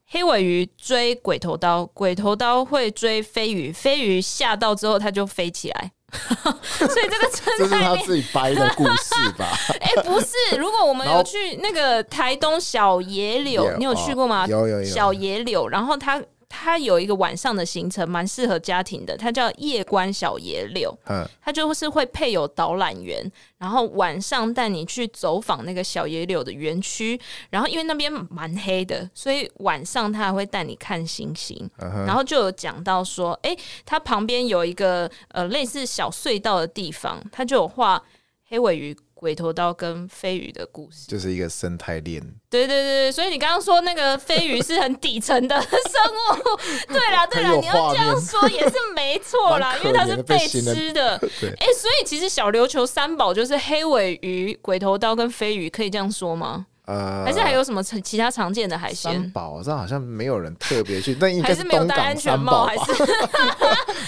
A: 黑尾鱼追鬼头刀，鬼头刀会追飞鱼，飞鱼吓到之后它就飞起来。 所以这个
B: 这
A: 生
B: 是
A: 态
B: 他
A: 链
B: 自己掰的故事吧？
A: 哎、不是，如果我们
B: 然后
A: 有去那个台东小野柳，
B: 有
A: 你有去过吗？
B: 哦有有有
A: 小野柳，然后它它有一个晚上的行程，蛮适合家庭的，它叫夜观小野柳，
B: 嗯，
A: 它就是会配有导览员，然后晚上带你去走访那个小野柳的园区，然后因为那边蛮黑的，所以晚上它还会带你看星星。
B: 嗯哼
A: 然后就有讲到说，哎、它旁边有一个呃类似小隧道的地方，它就有画黑尾鱼、鬼头刀跟飞鱼的故事。
B: 就是一个生态 链，
A: 对对对，对所以你刚刚说那个飞鱼是很底层的生物，对啦对啦，
B: 很有
A: 你要
B: 画
A: 这样
B: 面
A: 说也是没错啦，
B: 蛮
A: 因
B: 可
A: 为它
B: 怜
A: 是
B: 的
A: 被
B: 被信任
A: 吃的。
B: 对
A: 哎、所以其实小琉球三宝就是黑尾鱼、鬼头刀跟飞鱼，可以这样说吗？
B: 呃，
A: 还是还有什么其其他常见的海
B: 三
A: 鲜？
B: 宝，这好像没有人特别去，那应
A: 还
B: 该
A: 是没有
B: 东
A: 戴安
B: 港
A: 全
B: 三
A: 帽？
B: 宝
A: 还
B: 吧？
A: 是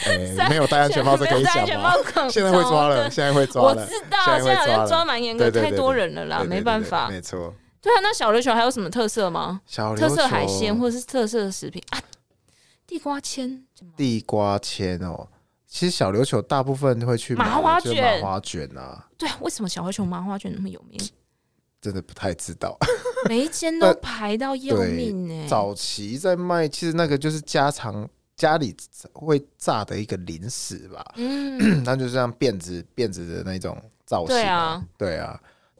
B: 哎，没有戴安全帽这可以
A: 没有戴安
B: 讲
A: 全
B: 吗
A: 帽可？
B: 现在会抓
A: 糟的
B: 了，现在会抓
A: 我
B: 了，
A: 知道，现在
B: 会
A: 好
B: 抓
A: 像
B: 了
A: 抓蛮严格，
B: 对对
A: 太
B: 对
A: 多
B: 对
A: 人了啦，
B: 对对
A: 没
B: 对
A: 办
B: 对
A: 法。
B: 没错。
A: 对啊，那小琉球还有什么特色吗？
B: 小
A: 特
B: 哦琉
A: 色海
B: 球
A: 鲜或是特色的食品啊？地瓜签怎么？
B: 地瓜签哦，其实小琉球大部分会去买
A: 麻花
B: 就是
A: 卷
B: 麻花卷啊，
A: 对啊，为什么小琉球麻花卷那么有 名？
B: 真的不太知道。
A: 每一间都排到要
B: 呃对
A: 命欸呢、
B: 早期在卖，其实那个就是家常家里会炸的一个零食吧，
A: 嗯，
B: 那就是像辫子辫子的那种造型、
A: 对啊，
B: 对啊，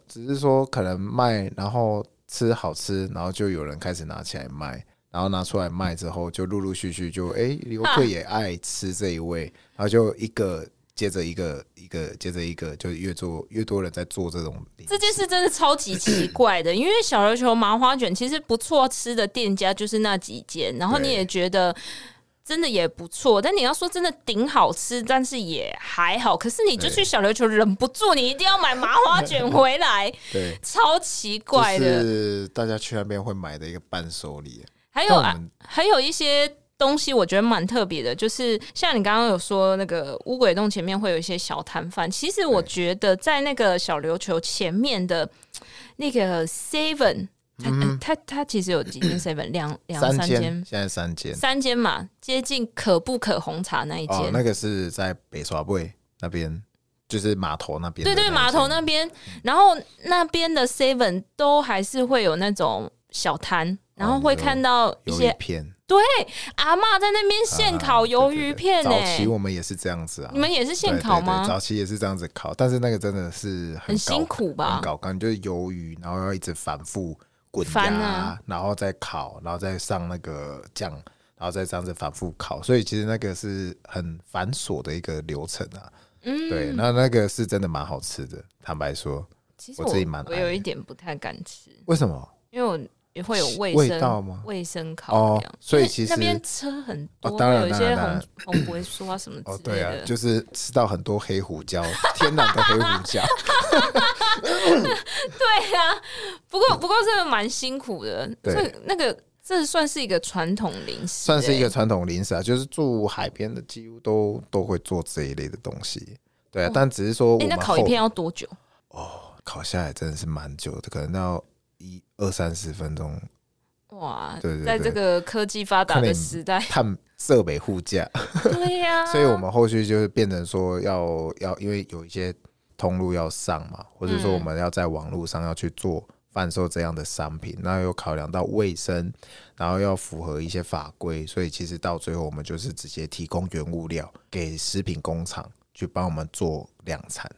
B: 只是说可能卖，然后吃好吃，然后就有人开始拿起来卖。然后拿出来卖之后，就陆陆续续就哎，游
A: 哈
B: 客也爱吃这一味，然后就一个接着一个，一个接着一个，就越做越多人在做这种零食。
A: 这件事真的超级奇怪的，因为小琉球麻花卷其实不错吃的店家就是那几间，然后你
B: 对
A: 也觉得真的也不错，但你要说真的顶好吃，但是也还好。可是你就
B: 对
A: 去小琉球，忍不住你一定要买麻花卷回来，
B: 对，
A: 超奇怪
B: 就
A: 的。
B: 是大家去那边会买的一个伴手礼。
A: 还有
B: 但
A: 啊
B: 我们，
A: 还有一些东西我觉得蛮特别的，就是像你刚刚有说那个乌鬼洞前面会有一些小摊贩，其实我觉得在那个小琉球前面的那个 Seven，它、呃它它其实有几间 Seven，两两
B: 嗯三
A: 三
B: 间
A: 间，
B: 现在三间
A: 三间嘛，接近可不可红茶那一间。
B: 哦，那个是在北刷贝那边，就是码头那边的
A: 对
B: 那一
A: 对，
B: 间。
A: 码头那边，然后那边的 Seven 都还是会有那种小摊，然后
B: 哦
A: 会
B: 有
A: 看到一
B: 有
A: 些
B: 一片啊
A: 阿嬷在那边现烤鱿鱼片呢、
B: 对对对早期我们也是这样子啊，
A: 你们也是现烤吗？
B: 对对对早期也是这样子烤，但是那个真的是很
A: 很辛
B: 高
A: 苦吧
B: 很搞干，就是鱿鱼，然后要一直反复滚
A: 翻
B: 压，
A: 啊
B: 然后再烤，然后再上那个酱，然后再这样子反复烤，所以其实那个是很繁琐的一个流程啊。
A: 嗯
B: 对，那那个是真的蛮好吃的，坦白说，
A: 其实
B: 我自己蛮
A: 我
B: 爱
A: 有
B: 的
A: 一点不太敢吃，
B: 为什么？
A: 因为我也会有卫
B: 味
A: 生
B: 道吗
A: 卫生考
B: 哦
A: 量，
B: 所以
A: 因为
B: 其
A: 那
B: 实哦
A: 边车很多，
B: 当然
A: 会有一
B: 当
A: 些
B: 然当
A: 红
B: 然
A: 红不会说啊什么
B: 哦，
A: 之类
B: 对啊，
A: 的。
B: 就是吃到很多黑胡椒， 天然的黑胡 椒。
A: 对啊，不过不过真的蛮辛苦的，
B: 对
A: 这那个这算是一个传统零食欸，
B: 算是一个传统零食啊，就是住海边的几乎都都会做这一类的东西。对啊，但只是说我
A: 哎，
B: 们
A: 那
B: 后
A: 烤一片要多久？
B: 烤下来真的是蛮久的，可能要一二三十分钟。
A: 哇
B: 对对，对
A: 在这个科技发达
B: 看
A: 的
B: 你，
A: 时代
B: 碳设备护驾，
A: 对呀，
B: 所以我们后续就是变成说要要，因为有一些通路要上嘛，或者说
A: 嗯
B: 我们要在网络上要去做贩售这样的商品，那又考量到卫生，然后要符合一些法规，所以其实到最后我们就是直接提供原物料给食品工厂去帮我们做量产。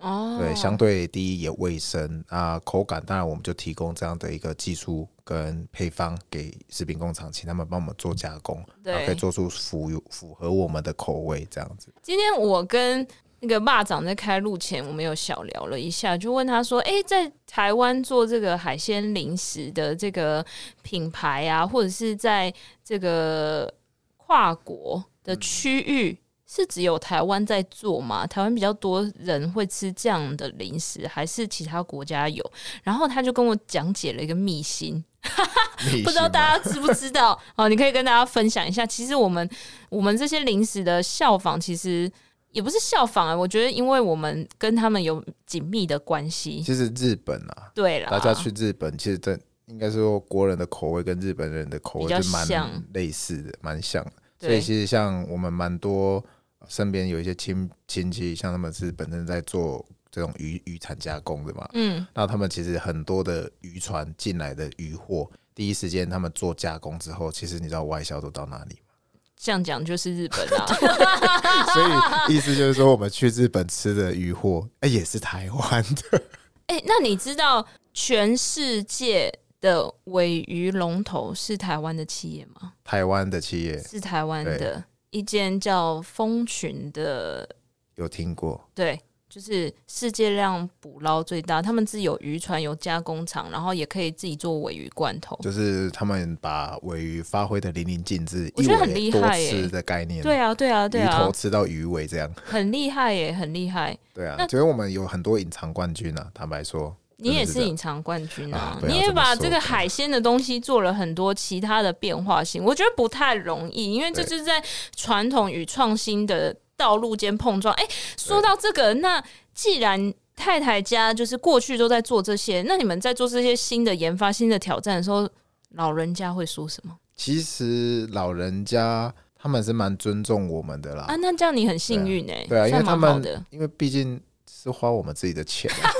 A: 哦，
B: 对，相对第一也卫生啊，口感当然我们就提供这样的一个技术跟配方给食品工厂，请他们帮我们做加工，然后可
A: 对
B: 以做出符符合我们的口味这样子。
A: 今天我跟那个霸长在开录前，我们有小聊了一下，就问他说：“哎、在台湾做这个海鲜零食的这个品牌啊，或者是在这个跨国的区域，是只有台湾在做吗？台湾比较多人会吃这样的零食，还是其他国家有？然后他就跟我讲解了一个秘辛，不知道大家知不知道 哦？你可以跟大家分享一下。其实我们我们这些零食的效仿，其实也不是效仿啊、我觉得因为我们跟他们有紧密的关系，
B: 其实日本啊，
A: 对啦，
B: 大家去日本，其实真应该说国人的口味跟日本人的口
A: 比
B: 味
A: 较
B: 是蛮
A: 像
B: 类似的，蛮像的。
A: 对
B: 所以其实像我们蛮多呃身边有一些亲亲戚，像他们是本身在做这种渔渔产加工的嘛，
A: 嗯，
B: 那他们其实很多的渔船进来的渔货，第一时间他们做加工之后，其实你知道外销都到哪里吗？
A: 这样讲就是日本啊。
B: 所以意思就是说，我们去日本吃的渔货，哎、也是台湾的。
A: 哎、那你知道全世界的尾鱼龙头是台湾的企业吗？
B: 台湾的企业
A: 是台湾的一间叫蜂群的，
B: 有听过，
A: 对，就是世界量捕捞最大，他们自己有渔船、有加工厂，然后也可以自己做尾鱼罐头。
B: 就是他们把尾鱼发挥的淋漓尽致，
A: 我
B: 一
A: 觉得很
B: 尾
A: 厉
B: 多
A: 害耶
B: 吃的概念，
A: 对啊，对啊，对
B: 鱼头
A: 啊，
B: 吃到鱼尾这样，
A: 很厉害耶，很厉害！
B: 对啊
A: 那，
B: 所以我们有很多隐藏冠军啊，坦白说，
A: 你也
B: 真的
A: 是
B: 这样
A: 隐藏冠军啊！
B: 啊不要
A: 你也
B: 这么
A: 把
B: 说
A: 这
B: 不
A: 个
B: 要
A: 海鲜的东西做了很多其他的变化性，我觉得不太容易，因为这
B: 对
A: 就是在传统与创新的道路间碰撞。哎、说到这个，那既然太太家就是过去都在做这些，那你们在做这些新的研发、新的挑战的时候，老人家会说什么
B: 其实老人家他们是蛮尊重我们的啦，
A: 啊？那这样你很幸运哎、
B: 对啊，因为
A: 算
B: 他
A: 蛮好
B: 们
A: 的。
B: 因为毕竟是花我们自己的钱 啊，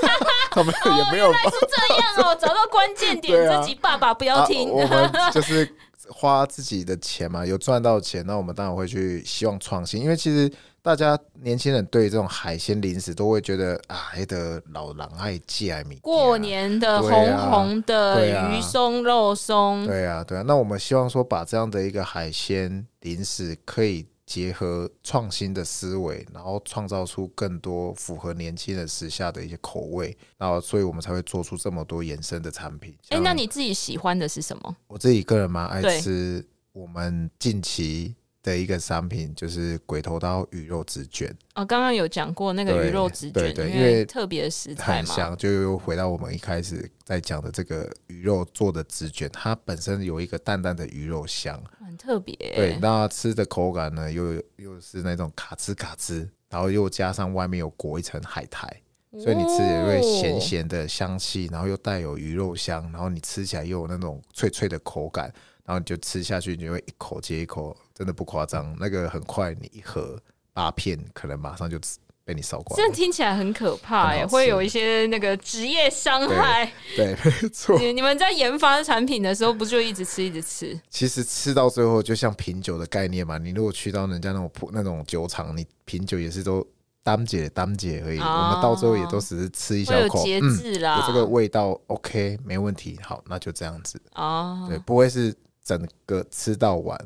B: 他们也没有办
A: 这样哦，找到关键点，
B: 对啊啊
A: 自己爸爸不要
B: 法，
A: 听。
B: 我 们就是花自己的钱嘛，有赚到钱，那我们当然会去希望创新，因为其实大家年轻人对这种海鲜零食都会觉得啊，还得老狼爱借爱米，
A: 过。年的
B: 对
A: 红
B: 啊
A: 红
B: 对
A: 的
B: 啊
A: 鱼松肉松，哎
B: 对啊，对啊，那我们希望说把这样的一个海鲜零食可以结合创新的思维，然后创造出更多符合年轻人时下的一些口味，然后所以我们才会做出这么多延伸的产品。
A: 哎、
B: 像
A: 那你自己喜欢的是什么？
B: 我自己个人蛮
A: 对
B: 爱吃我们近期的一个商品，就是鬼头刀鱼肉纸卷，
A: 哦，刚刚有讲过那个
B: 对
A: 鱼肉纸卷，
B: 对对
A: 因
B: 因为
A: 特别的食材
B: 很
A: 嘛。
B: 香。就又回到我们一开始在讲的这个鱼肉做的纸卷，它本身有一个淡淡的鱼肉香。
A: 很特别、欸
B: 对，那吃的口感呢，又又是那种卡吱卡吱，然后又加上外面有裹一层海苔，所以你吃也会咸
A: 哦。
B: 咸的香气，然后又带有鱼肉香，然后你吃起来又有那种脆脆的口感，然后你就吃下去，你就会一口接一口，真的不夸
A: 嗯
B: 张，那个很快，你一盒八片，可能马上就吃被你烧光
A: 这
B: 了
A: 样。听起来很可怕哎、
B: 很好吃
A: 会有一些那个职业伤害。
B: 对，没 错。
A: 你你们在研发产品的时候，不就一直吃一直吃？
B: 其实吃到最后，就像品酒的概念嘛，你如果去到人家那种铺那种酒厂，你品酒也是都单解单解而已，
A: 啊
B: 我们到最后也都只是吃
A: 会
B: 一小
A: 有
B: 口，
A: 节
B: 嗯，
A: 制
B: 有
A: 啦。
B: 这个味道 OK 没问题，好，那就这样子。
A: 哦
B: 对，，不会是整个吃到完。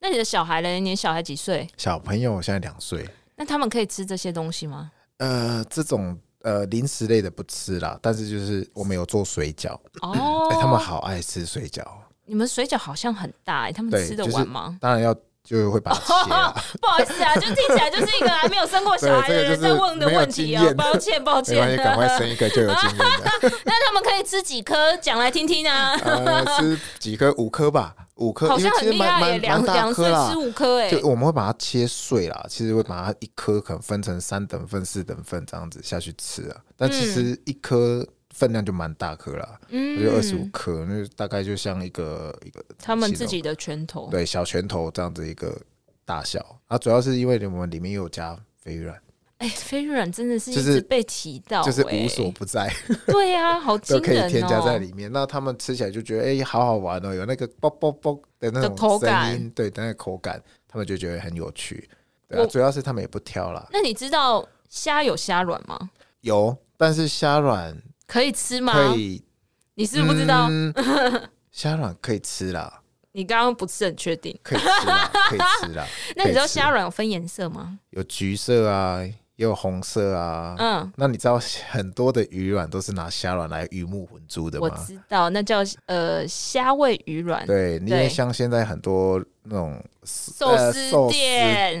A: 那你的小孩嘞？你的小孩几岁？
B: 小朋友现在两岁，
A: 那他们可以吃这些东西吗？
B: 呃，这种呃零食类的不吃啦，但是就是我们有做水饺，
A: 哦，
B: 哎、他们好爱吃水饺，
A: 你们水饺好像很大哎、他们
B: 对
A: 吃得
B: 就是
A: 完吗？
B: 当然要就会把它 切啦。
A: 不好意思啊，就听起来就是一个还没有生过小孩的人 在
B: 对这个就是
A: 问的问题哦、
B: 没有经
A: 抱歉
B: 验
A: 抱歉
B: 没关系，赶快生一个就有经验了。
A: 那他们可以吃几颗？讲来听听 啊。
B: 呃，吃几颗？五颗吧，五颗，
A: 好
B: 呃因为
A: 像
B: 其
A: 很
B: 实
A: 厉
B: 蛮
A: 害耶，
B: 蛮
A: 两
B: 蛮大
A: 两岁
B: 颗啦
A: 吃。五颗哎
B: 就，我们会把它切碎啦，其实会把它一颗可能分成三等份、四等份这样子下去吃啊。但其实一颗分量就蛮大颗啦，
A: 嗯
B: 就二十五颗，那就大概就像一个一个
A: 他们
B: 形容
A: 自己的拳头。
B: 对小拳头这样子一个大小啊。主要是因为我们里面又有加肥软，
A: 哎，飞软真的是一
B: 就是
A: 直被提到，
B: 就是
A: 哎
B: 无所不 在。
A: 对啊，好惊
B: 都可以
A: 人哦。
B: 添加在里面。那他们吃起来就觉得，哎、好好玩哦，有那个啵啵啵的那
A: 的
B: 种
A: 口
B: 声
A: 感
B: 音，对，那个口感，他们就觉得很有趣。对、啊
A: 我，
B: 主要是他们也不挑啦，
A: 那你知道虾有虾卵吗？
B: 有，但是虾卵
A: 可以吃吗？
B: 可以，
A: 你是不是不知道？
B: 嗯虾卵可以吃啦，
A: 你刚刚不是很确定。 。
B: 可以吃啦，可以吃啦
A: 那你知道
B: 可以吃
A: 虾卵有分颜色吗？
B: 有橘色啊，也有红色啊。
A: 嗯，
B: 那你知道很多的鱼卵都是拿虾卵来鱼目混珠的
A: 我
B: 吗？
A: 知道，那叫呃虾味鱼卵，
B: 对，因为
A: 对
B: 像现在很多那种呃寿
A: 寿司
B: 店，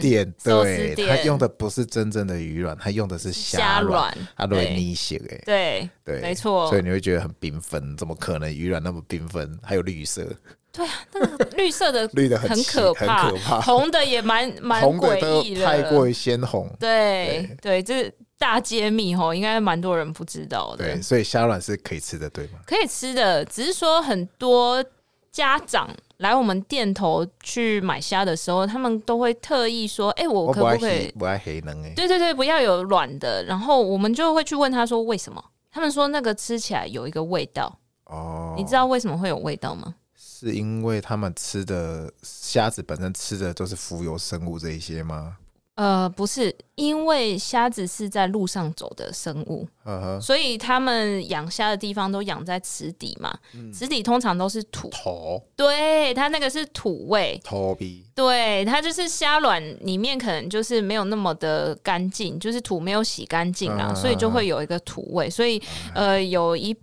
A: 店
B: 店
A: 寿司
B: 对，
A: 店
B: 它用的不是真正的鱼卵，它用的是虾啊
A: 虾
B: 卵，
A: 卵，
B: 它都会
A: 对
B: 逆血哎。
A: 对
B: 对，
A: 没错
B: 所以你会觉得很缤纷，怎么可能鱼卵那么缤纷？还有绿色，
A: 对啊，那个绿色的
B: 绿的
A: 很
B: 很
A: 可
B: 奇
A: 怕，
B: 很可怕
A: 红的也 蛮蛮
B: 红的
A: 诡
B: 都
A: 异
B: 太
A: 的，
B: 过于鲜红。
A: 对对，这是大揭秘吼，应该蛮多人不知道的
B: 对，，所以虾卵是可以吃的，对吗？
A: 可以吃的，只是说很多家长。来我们店头去买虾的时候，他们都会特意说：“哎、我
B: 我
A: 可
B: 不爱
A: 可以
B: 黑，不爱黑能哎。
A: 对对对，不要有软的。然后我们就会去问他说为什么？他们说那个吃起来有一个味道，
B: 哦，
A: 你知道为什么会有味道吗？
B: 是因为他们吃的虾子本身吃的都是浮游生物这一些吗？
A: 呃，不是，因为虾子是在路上走的生物，
B: 呵呵，
A: 所以他们养虾的地方都养在池底嘛。池底通常都是土，
B: 头
A: 对，它那个是土味。
B: 头皮
A: 对，它就是虾卵里面可能就是没有那么的干净，就是土没有洗干净啦，
B: 嗯
A: 所以就会有一个土味。所以
B: 啊
A: 呃，有一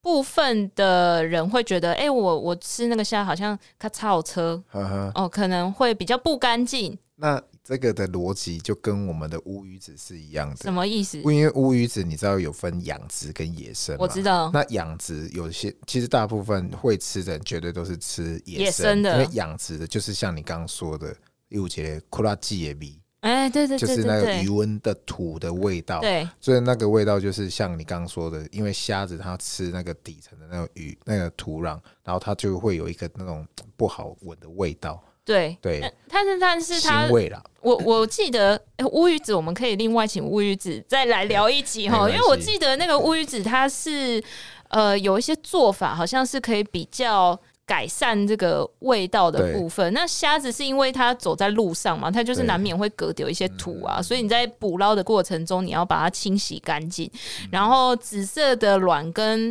A: 部分的人会觉得，哎、我我吃那个虾好像咔嚓好车
B: 呵呵，
A: 哦，可能会比较不干净，
B: 那这个的逻辑就跟我们的乌鱼子是一样
A: 什
B: 的。
A: 么意思？
B: 因为乌鱼子你知道有分养殖跟野生嘛，
A: 我知道，
B: 那养殖有些，其实大部分会吃的人绝对都是吃野
A: 野生的
B: 因为养殖的就是像你刚刚说的，有些库拉基野味，
A: 哎、对对
B: 就
A: 对
B: 是那
A: 对
B: 个鱼
A: 对。
B: 温的土的味道，
A: 对，
B: 所以那个味道就是像你刚刚说的，因为虾子它吃那个底层的那个鱼那个土壤，然后它就会有一个那种不好闻的味道，
A: 对，
B: 对，
A: 但是但是它
B: 腥，味啦，
A: 我我记得哎乌鱼子，我们可以另外请乌鱼子再来聊一集哈，
B: 没关系
A: 因为我记得那个乌鱼子它是呃有一些做法，好像是可以比较。改善这个味道的
B: 对
A: 部分，那虾子是因为它走在路上嘛，它就是
B: 对
A: 难免会隔丢一些土
B: 嗯
A: 啊，所以你在捕捞的过程中，你要把它清洗干净。
B: 嗯
A: 然后紫色的卵跟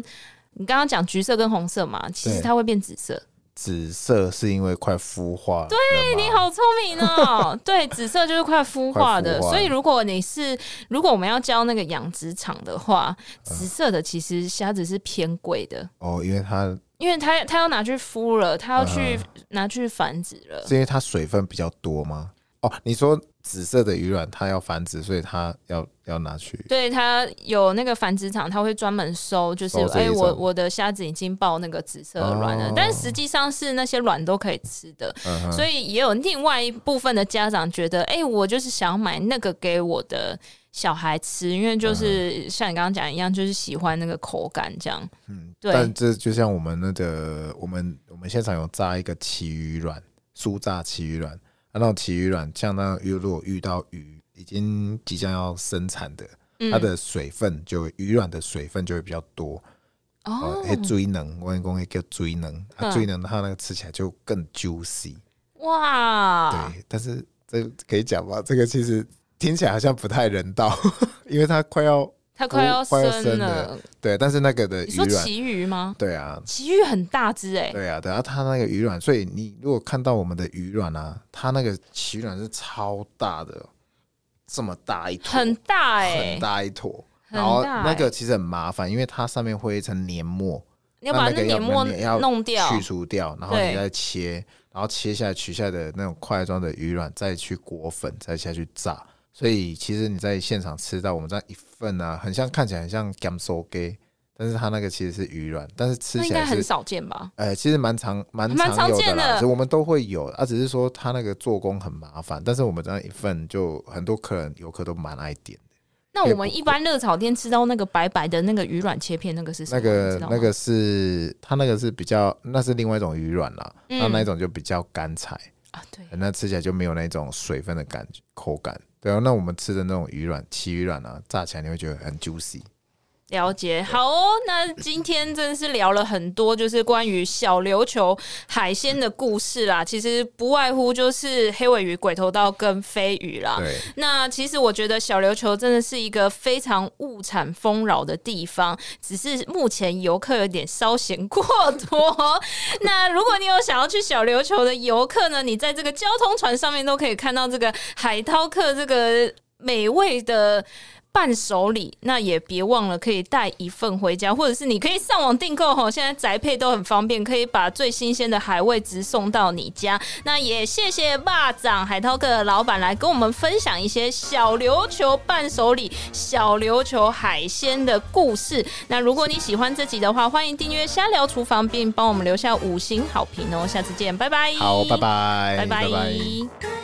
A: 你刚刚讲橘色跟红色嘛，其实
B: 对
A: 它会变紫色，
B: 紫色是因为快孵化了嘛，对
A: 你好聪明 哦！对，紫色就是快孵化的，
B: 快孵化
A: 所以如果你是如果我们要教那个养殖场的话，
B: 嗯
A: 紫色的其实虾子是偏贵的，
B: 哦，因为它
A: 因为它它要拿去孵了，它要去
B: 嗯
A: 拿去繁殖了。
B: 是因为它水分比较多吗？哦，你说紫色的鱼卵它要繁殖，所以它要要拿去
A: 对，它有那个繁殖场，它会专门收，就是
B: 收这一
A: 哎、我
B: 种
A: 我的虾子已经抱那个紫色的卵了，
B: 哦
A: 但实际上是那些卵都可以吃的，
B: 嗯哼
A: 所以也有另外一部分的家长觉得，哎、我就是想买那个给我的小孩吃，因为
B: 嗯
A: 就是像你刚刚讲一样，就是喜欢那个口感这样。
B: 嗯，
A: 对
B: 但这就像我们那个，我们我们现场有炸一个旗鱼卵，酥炸旗鱼卵，啊、那种旗鱼卵，像那种如果遇到鱼已经即将要生产的，
A: 嗯
B: 它的水分就会鱼卵的水分就会比较多，
A: 哦，
B: 哎、追能，我跟你讲叫追能，啊，
A: 嗯
B: 追能它那个吃起来就更 juicy，
A: 哇，
B: 对，但是这可以讲吧？这个其实听起来好像不太人道， 因为它快要
A: 它快要
B: 快要
A: 生
B: 生
A: 了
B: 了。对，但是那个的
A: 你
B: 鱼
A: 说
B: 卵，
A: 旗鱼吗？
B: 对啊，
A: 旗鱼很大只哎、
B: 对啊，对啊，它那个鱼卵，所以你如果看到我们的鱼卵啊，它那个鳍卵是超大的，这么大一坨，
A: 很大哎、
B: 很大一坨。
A: 很
B: 然后
A: 大
B: 那
A: 欸
B: 个其实很麻烦，因为它上面会有一层黏膜，
A: 你要把
B: 那
A: 那
B: 个要
A: 黏膜
B: 你要
A: 弄掉。
B: 去除掉，然后
A: 对
B: 你再切，然后切下来取下来的那种块状的鱼卵，再去裹粉，再下去炸。所以其实你在现场吃到我们这样一份啊，很像看起来很像 g a m s o g 但是它那个其实是鱼卵，但是吃
A: 那
B: 起
A: 应
B: 来
A: 该
B: 是
A: 很少见吧？
B: 呃，其实蛮常蛮
A: 蛮常
B: 有
A: 见
B: 的啦，
A: 的
B: 所以我们都会有啊，只是说它那个做工很麻烦，但是我们这样一份就很多客人游客都蛮爱点的。
A: 那我们
B: 也不
A: 一般热炒店吃到那个白白的那个鱼卵切片，那个是什么？
B: 那
A: 你
B: 个
A: 知道吗
B: 那个是它那个是比较，那是另外一种鱼卵啦，那、那一种就比较干柴，
A: 啊，对，
B: 那吃起来就没有那种水分的感觉口感。对啊，那我们吃的那种鱼卵，旗鱼卵啊，炸起来你会觉得很 juicy。
A: 了解，好哦。那今天真的是聊了很多，就是关于小琉球海鲜的故事啦。其实不外乎就是黑尾鱼、鬼头刀跟飞鱼啦。
B: 对，
A: 那其实我觉得小琉球真的是一个非常物产丰饶的地方，只是目前游客有点稍嫌过多。 那如果你有想要去小琉球的游客呢，你在这个交通船上面都可以看到这个海涛客这个。美味的伴手礼，那也别忘了可以带一份回家，或者是你可以上网订购哈。现在宅配都很方便，可以把最新鲜的海味直送到你家。那也谢谢霸掌海涛哥的老板来跟我们分享一些小琉球伴手礼、小琉球海鲜的故事。那如果你喜欢这集的话，欢迎订阅《瞎聊厨房》，并帮我们留下五星好评哦。下次见，拜拜。
B: 好，拜拜，
A: 拜拜。
B: 拜拜